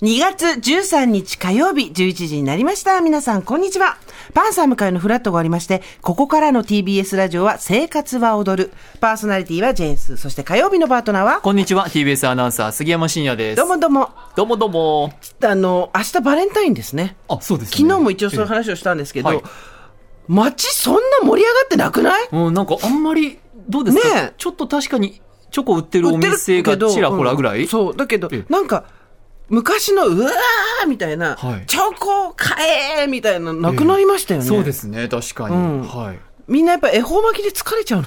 2月13日火曜日11時になりました。皆さん、こんにちは。パンサー向かいのフラットがありまして、ここからの TBS ラジオは生活は踊る。パーソナリティはジェーンス。そして火曜日のパートナーは、こんにちは TBS アナウンサー杉山真也ですどうもどうも。どうもどうもあの、明日バレンタインですね。あそうです、昨日も一応その話をしたんですけど、はい街そんな盛り上がってなくないうんなんかあんまりどうですか、ねえちょっと確かにチョコ売ってるお店売がってるけどちらほらぐらい、うんそうだけどええなんか昔のうわーみたいな、はいチョコ買えーみたいなのなくなりましたよね、そうですね確かに、うんはいみんなやっぱ恵方巻きで疲れちゃうの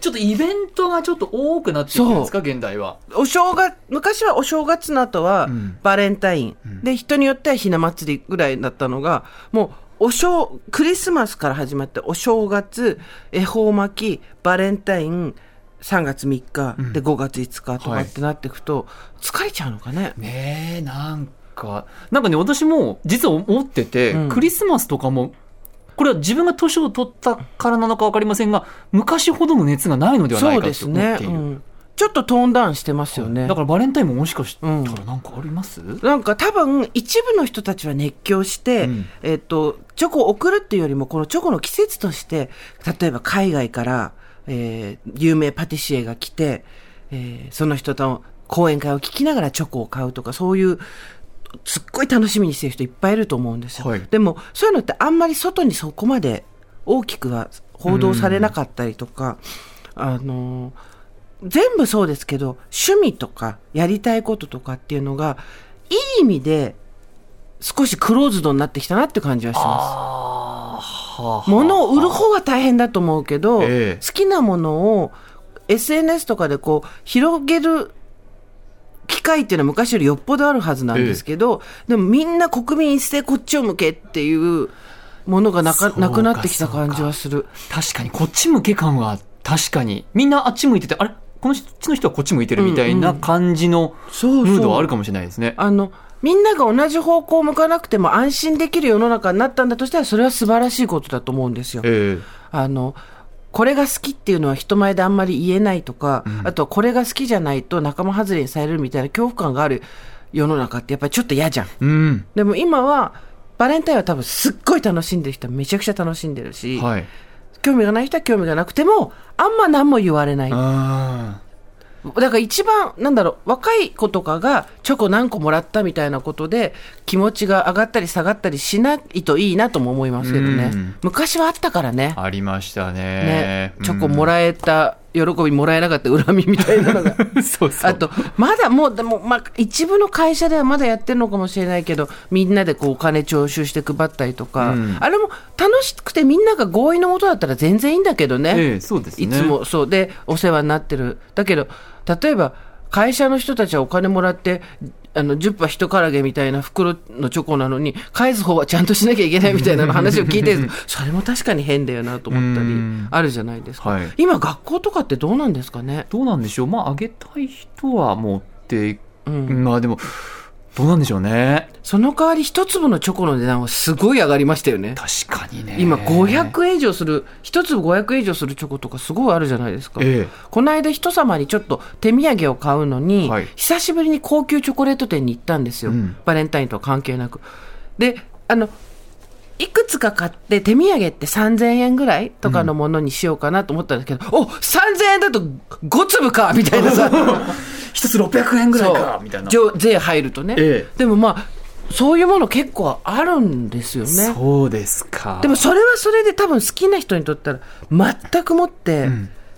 ちょっとイベントがちょっと多くなってきてるんですか現代はお正月昔はお正月の後はうんバレンタイン、で人によってはひな祭りぐらいだったのがもうお正クリスマスから始まってお正月恵方巻きバレンタイン3月3日、で5月5日とかってなっていくと、疲れちゃうのかねねえなんかなんかね私も実は思ってて、うんクリスマスとかもこれは自分が年を取ったからなのか分かりませんが昔ほどの熱がないのではないかと思っている、うんちょっとトーンダウンしてますよね。だからバレンタインももしかしたらうんなんかあります、なんか多分一部の人たちは熱狂して、うんえっと、チョコを送るっていうよりも、このチョコの季節として、例えば海外から、えー有名パティシエが来て、えーその人との講演会を聞きながらチョコを買うとか、そういう、すっごい楽しみにしてる人いっぱいいると思うんですよ。はいでも、そういうのってあんまり外にそこまで大きくは報道されなかったりとか、あのー全部そうですけど趣味とかやりたいこととかっていうのがいい意味で少しクローズドになってきたなって感じはしまあーはあはす。物を売る方は大変だと思うけど、ええ好きなものを SNS とかでこう広げる機会っていうのは昔よりよっぽどあるはずなんですけど、でもみんな国民一斉こっちを向けっていうものがなかそうかなくなってきた感じはする。確かにこっち向け感は確かにみんなあっち向いててあれこの人こっちの人はこっち向いてるみたいな感じのそうそうムードはあるかもしれないですね。あの、みんなが同じ方向を向かなくても安心できる世の中になったんだとしたら、それは素晴らしいことだと思うんですよ。えあの、これが好きっていうのは人前であんまり言えないとか、んあとはこれが好きじゃないと仲間外れにされるみたいな恐怖感がある世の中ってやっぱりちょっと嫌じゃん。えうんでも今は、バレンタインは多分すっごい楽しんでる人はめちゃくちゃ楽しんでるし、はい興味がない人は興味がなくても、あんま何も言われない。あだから一番、なんだろう、若い子とかがチョコ何個もらったみたいなことで、気持ちが上がったり下がったりしないといいなとも思いますけどねうん。昔はあったからね。ありましたねね、チョコもららえた、喜びもらえなかった恨みみたいなのが。うん そうそうあと、まだもう、でも、まあ、一部の会社ではまだやってるのかもしれないけど、みんなでこう、お金徴収して配ったりとか、うんあれも楽しくてみんなが合意のもとだったら全然いいんだけどね。ええそうですねいつもそうでお世話になってる。だけど、例えば会社の人たちはお金もらって、あの、10羽一唐揚げみたいな袋のチョコなのに、返す方はちゃんとしなきゃいけないみたいな話を聞いてると それも確かに変だよなと思ったりうん、あるじゃないですか。はい今、学校とかってどうなんですかね。どうなんでしょうまああげたい人は持っていく、うんまあでもどうなんでしょうねその代わり一粒のチョコの値段はすごい上がりましたよね。確かにね今500円以上する、一粒500円以上するチョコとかすごいあるじゃないですか。ええこの間人様にちょっと手土産を買うのに、はい久しぶりに高級チョコレート店に行ったんですよ、うんバレンタインとは関係なくであのいくつか買って手土産って3000円ぐらいとかのものにしようかなと思ったんですけど、お3000円だと5粒かみたいな さ一つ600円ぐらいかそうみたいな上税入るとね、ええでもまあそういうもの結構あるんですよねそうですかでもそれはそれで多分好きな人にとったら全くもって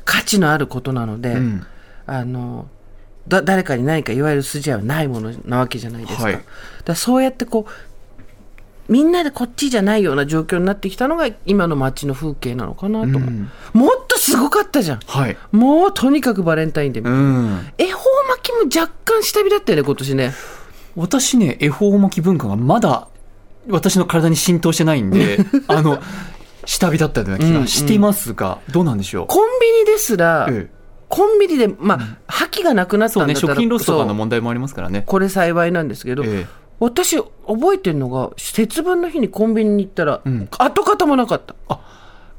価値のあることなので、んあのだ誰かに何かいわゆる筋合いはないものなわけじゃないですか,、はいだからそうやってこうみんなでこっちじゃないような状況になってきたのが今の街の風景なのかなと思う、うんもっとすごかったじゃんはいもうとにかくバレンタインで、うん恵方巻きも若干下火だったよね今年ね私ね恵方巻き文化がまだ私の体に浸透してない んであの下火だったような気がしていますが、どうなんでしょうコンビニですら、ええコンビニでまあ、覇気がなくなったそうんだねったら食品ロスとかそのう問題もありますからねこれ幸いなんですけど、ええ私覚えてるのが節分の日にコンビニに行ったら、ん跡形もなかった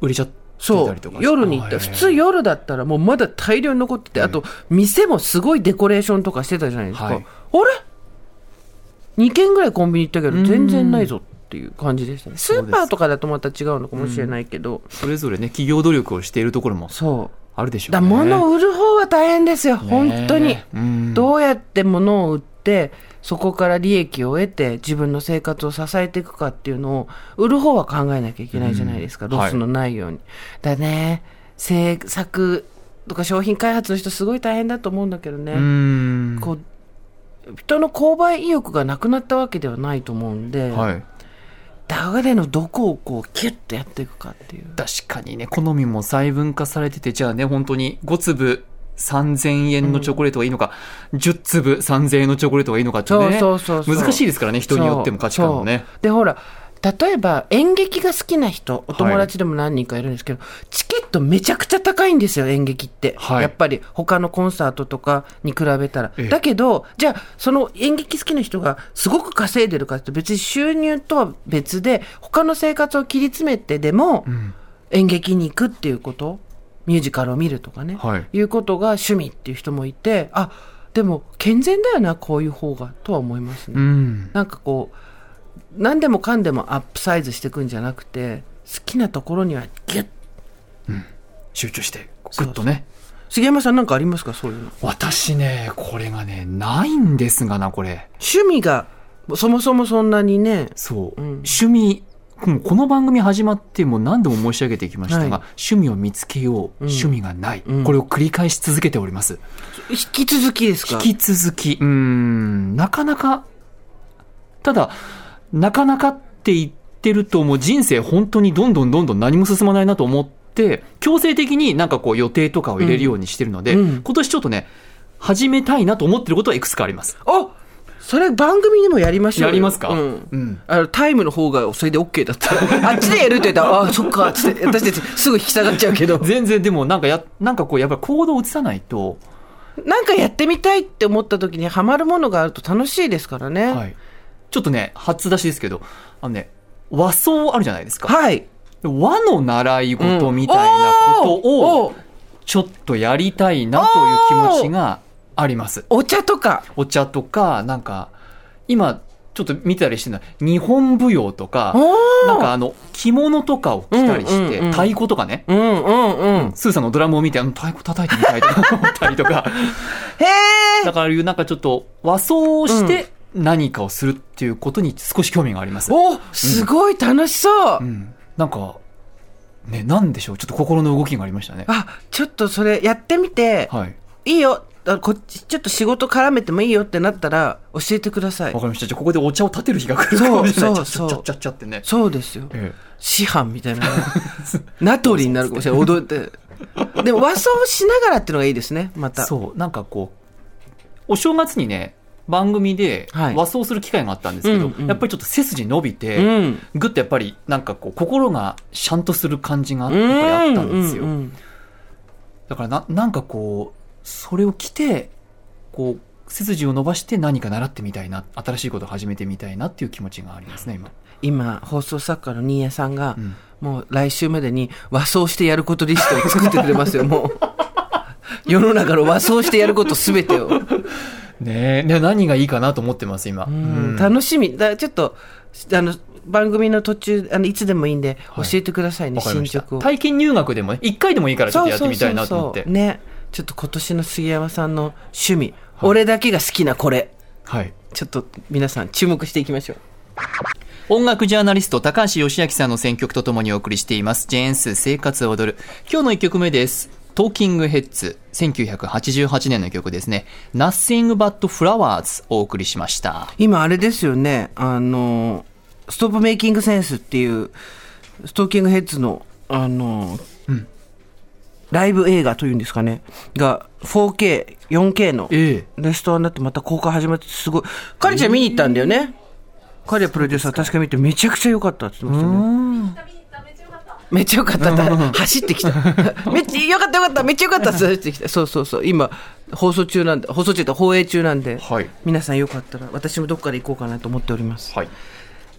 売れちゃってそたうりとか夜に行ったあ普通夜だったらもうまだ大量に残ってて、あと店もすごいデコレーションとかしてたじゃないですか、はいあれ2軒ぐらいコンビニ行ったけうどん全然ないぞっていう感じでしたねスそうですーパーとかだとまた違うのかもしれないけど、それぞれね企業努力をしているところもそあるでしうょだうかねら物を売る方は大変ですよ、本当にねえうんどうやって物を売ってそこから利益を得て自分の生活を支えていくかっていうのを売る方は考えなきゃいけないじゃないですか、うんロスのないように、だね制作とか商品開発の人すごい大変だと思うんだけどね、うんこう人の購買意欲がなくなったわけではないと思うんで、はい誰のどこをこうキュッとやっていくかっていう確かにね好みも細分化されててじゃあね本当に5粒3000円のチョコレートがいいのか、10粒3000円のチョコレートがいいのかってそうねそうそうそう難しいですからね人によっても価値観もねそうそうでほら例えば演劇が好きな人お友達でも何人かいるんですけど、チケットめちゃくちゃ高いんですよ演劇って、はいやっぱり他のコンサートとかに比べたら、ええだけどじゃあその演劇好きな人がすごく稼いでるかって別に収入とは別で他の生活を切り詰めてでもん演劇に行くっていうことミュージカルを見るとかね、はいいうことが趣味っていう人もいてあでも健全だよなこういう方がとは思いますね。うんなんかこう何でもかんでもアップサイズしていくんじゃなくて好きなところにはギュッ集中してグッとね杉山さんなんかありますかそういうの私ねこれがねないんですがなこれ趣味がそもそもそんなにねそう、うん趣味もうこの番組始まってもう何度も申し上げてきましたが、はい趣味を見つけよう、趣味がない、うんこれを繰り返し続けております引き続きですか引き続きうーんなかなかただなかなかって言ってるともう人生本当にどんどんどんどん何も進まないなと思って強制的になんかこう予定とかを入れるようにしてるので、うんうん今年ちょっとね始めたいなと思ってることはいくつかあります。おそれ番組にもやりましょうよやりますか、うんうんあのタイムの方がそれで OK だ ったらあっちでやるって言ったらああそっかっつって私たちすぐ引き下がっちゃうけ ど全然でもなんかやなんかこうやっぱり行動を移さないと、なんかやってみたいって思った時にハマるものがあると楽しいですからねはい、ちょっとね初出しですけどあのね和装あるじゃないですかはい和の習い事みたいなことうんおーおをーちょっとやりたいなという気持ちがありますお茶とかお茶とかなんか今ちょっと見たりしてるのは日本舞踊とかおーなんかあの着物とかを着たりして、うんうんうん太鼓とかねうんうんうん。スーさんのドラムを見てあの太鼓叩いてみたいと思ったりとか へえ。だからああいうなんかちょっと和装をして何かをするっていうことに少し興味があります。おすごい楽しそう、うん、なんか、ね、なんでしょう、ちょっと心の動きがありましたね。あ、ちょっとそれやってみて、はい。い、いよ。あこっち、ちょっと仕事絡めてもいいよってなったら、教えてくださいわ。かりました。じゃあここでお茶を立てる日が来るかもしれない。そうそうちそゃうっちゃっちゃっちゃってね。そうですよ。え師範みたい な。ナトリになるかもしれない。踊って。でも和装しながらっていうのがいいですね、まえた。そう、なんかこう、お正月にね、番組ではい和装する機会があったんですけど、うんうんやっぱりちょっと背筋伸びて、ん。ぐっとやっぱりなんかこう心がシャンとする感じがやっぱりあったんですよ。ううんだからななんかこうそれを着てこう背筋を伸ばして何か習ってみたいな新しいことを始めてみたいなっていう気持ちがありますね今、今、放送作家の新谷さんが、うんもう来週までに和装してやることリストを作ってくれますよ、も う。世の中の和装してやることすべてを。ねえね何がいいかなと思ってます今、うん楽しみ。だちょっと、あの、番組の途中、あの、いつでもいいんで、は教えいてくださいね、わかりま進した捗を。体験入学でもね一回でもいいからちょっとやってみたいなと思ってそうそうそうそうね。ちょっと今年の杉山さんの趣味、俺だけが好きなこれ。はいちょっと皆さん注目していきましょう。音楽ジャーナリスト高橋義明さんの選曲とともにお送りしています「ジェーンス生活を踊る」今日の1曲目です「トーキングヘッズ」1988年の曲ですね「Nothing But Flowers」お送りしました今あれですよねあのストップメイキングセンスっていうストーキングヘッズのあの、ライブ映画というんですかねが 4K4K のえレストアになってまた公開始まってすごい彼ちゃん見に行ったんだよね、彼プロデューサー確か見てめちゃくちゃ良かったって言ってましたねめっちゃ良かったって走って きためっちゃ良かった良かっためっちゃ良かったっつって走ってきたそうそうそう今放送中なんで放送中って放映中なんで、はい皆さんよかったら私もどっかで行こうかなと思っておりますはい、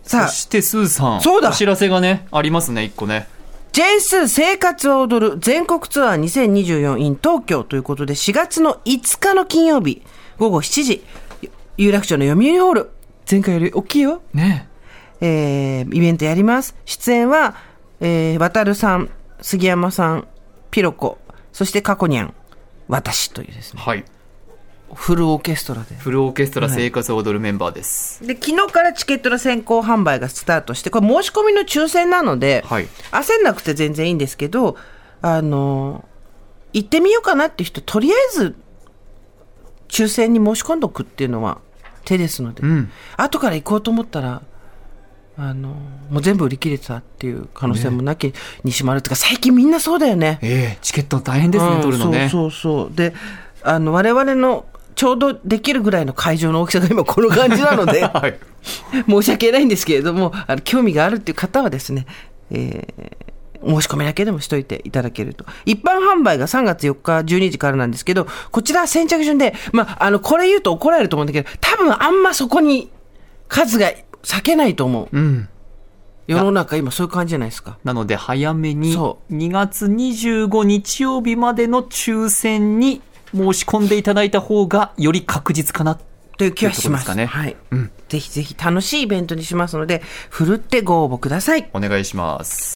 さそあしてスーさんそうだお知らせがねありますね一個ね J2 生活を踊る全国ツアー2024 in 東京ということで4月の5日の金曜日午後7時有楽町の読売ホール前回より大きいよ。ねえーイベントやります。出演は、えー、渡るさん、杉山さん、ピロコ、そしてカコニャン、私というですね、はい。フルオーケストラで。フルオーケストラ生活を踊るメンバーです。で、昨日からチケットの先行販売がスタートして、これ申し込みの抽選なので、はい焦んなくて全然いいんですけど、あの、行ってみようかなっていう人、とりあえず、抽選に申し込んどくっていうのは手ですので、ん後から行こうと思ったら、あの、もう全部売り切れてたっていう可能性もなきにしもあるっていうか、最近みんなそうだよね。ええチケット大変ですうね、ん取るのね。そうそうそうであの我々のちょうどできるぐらいの会場の大きさが今この感じなの ではい。 申し訳ないんですけれどもあの興味があるっていう方はですね、えー申し込みだけでもしといていただけると一般販売が3月4日12時からなんですけどこちらは先着順で、まあ、あのこれ言うと怒られると思うんだけど多分あんまそこに数が避けないと思ううん。世の中今そういう感じじゃないですかなので、早めに、そ2月25日曜日までの抽選に申し込んでいただいた方が、より確実かな。という気はしますということはい、ぜひぜひ楽しいイベントにしますのでふるってご応募くださいお願いします。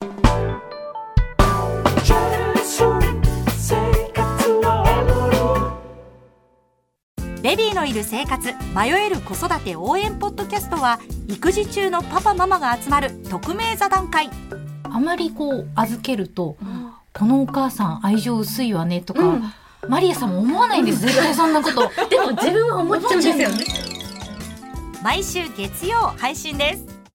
ベビーのいる生活迷える子育て応援ポッドキャストは育児中のパパママが集まる匿名座談会あまりこう預けると、このお母さん愛情薄いわねとか、マリアさんも思わないんです、絶対そんな こと。でも自分は思っちゃうんですよね。毎週月曜配信です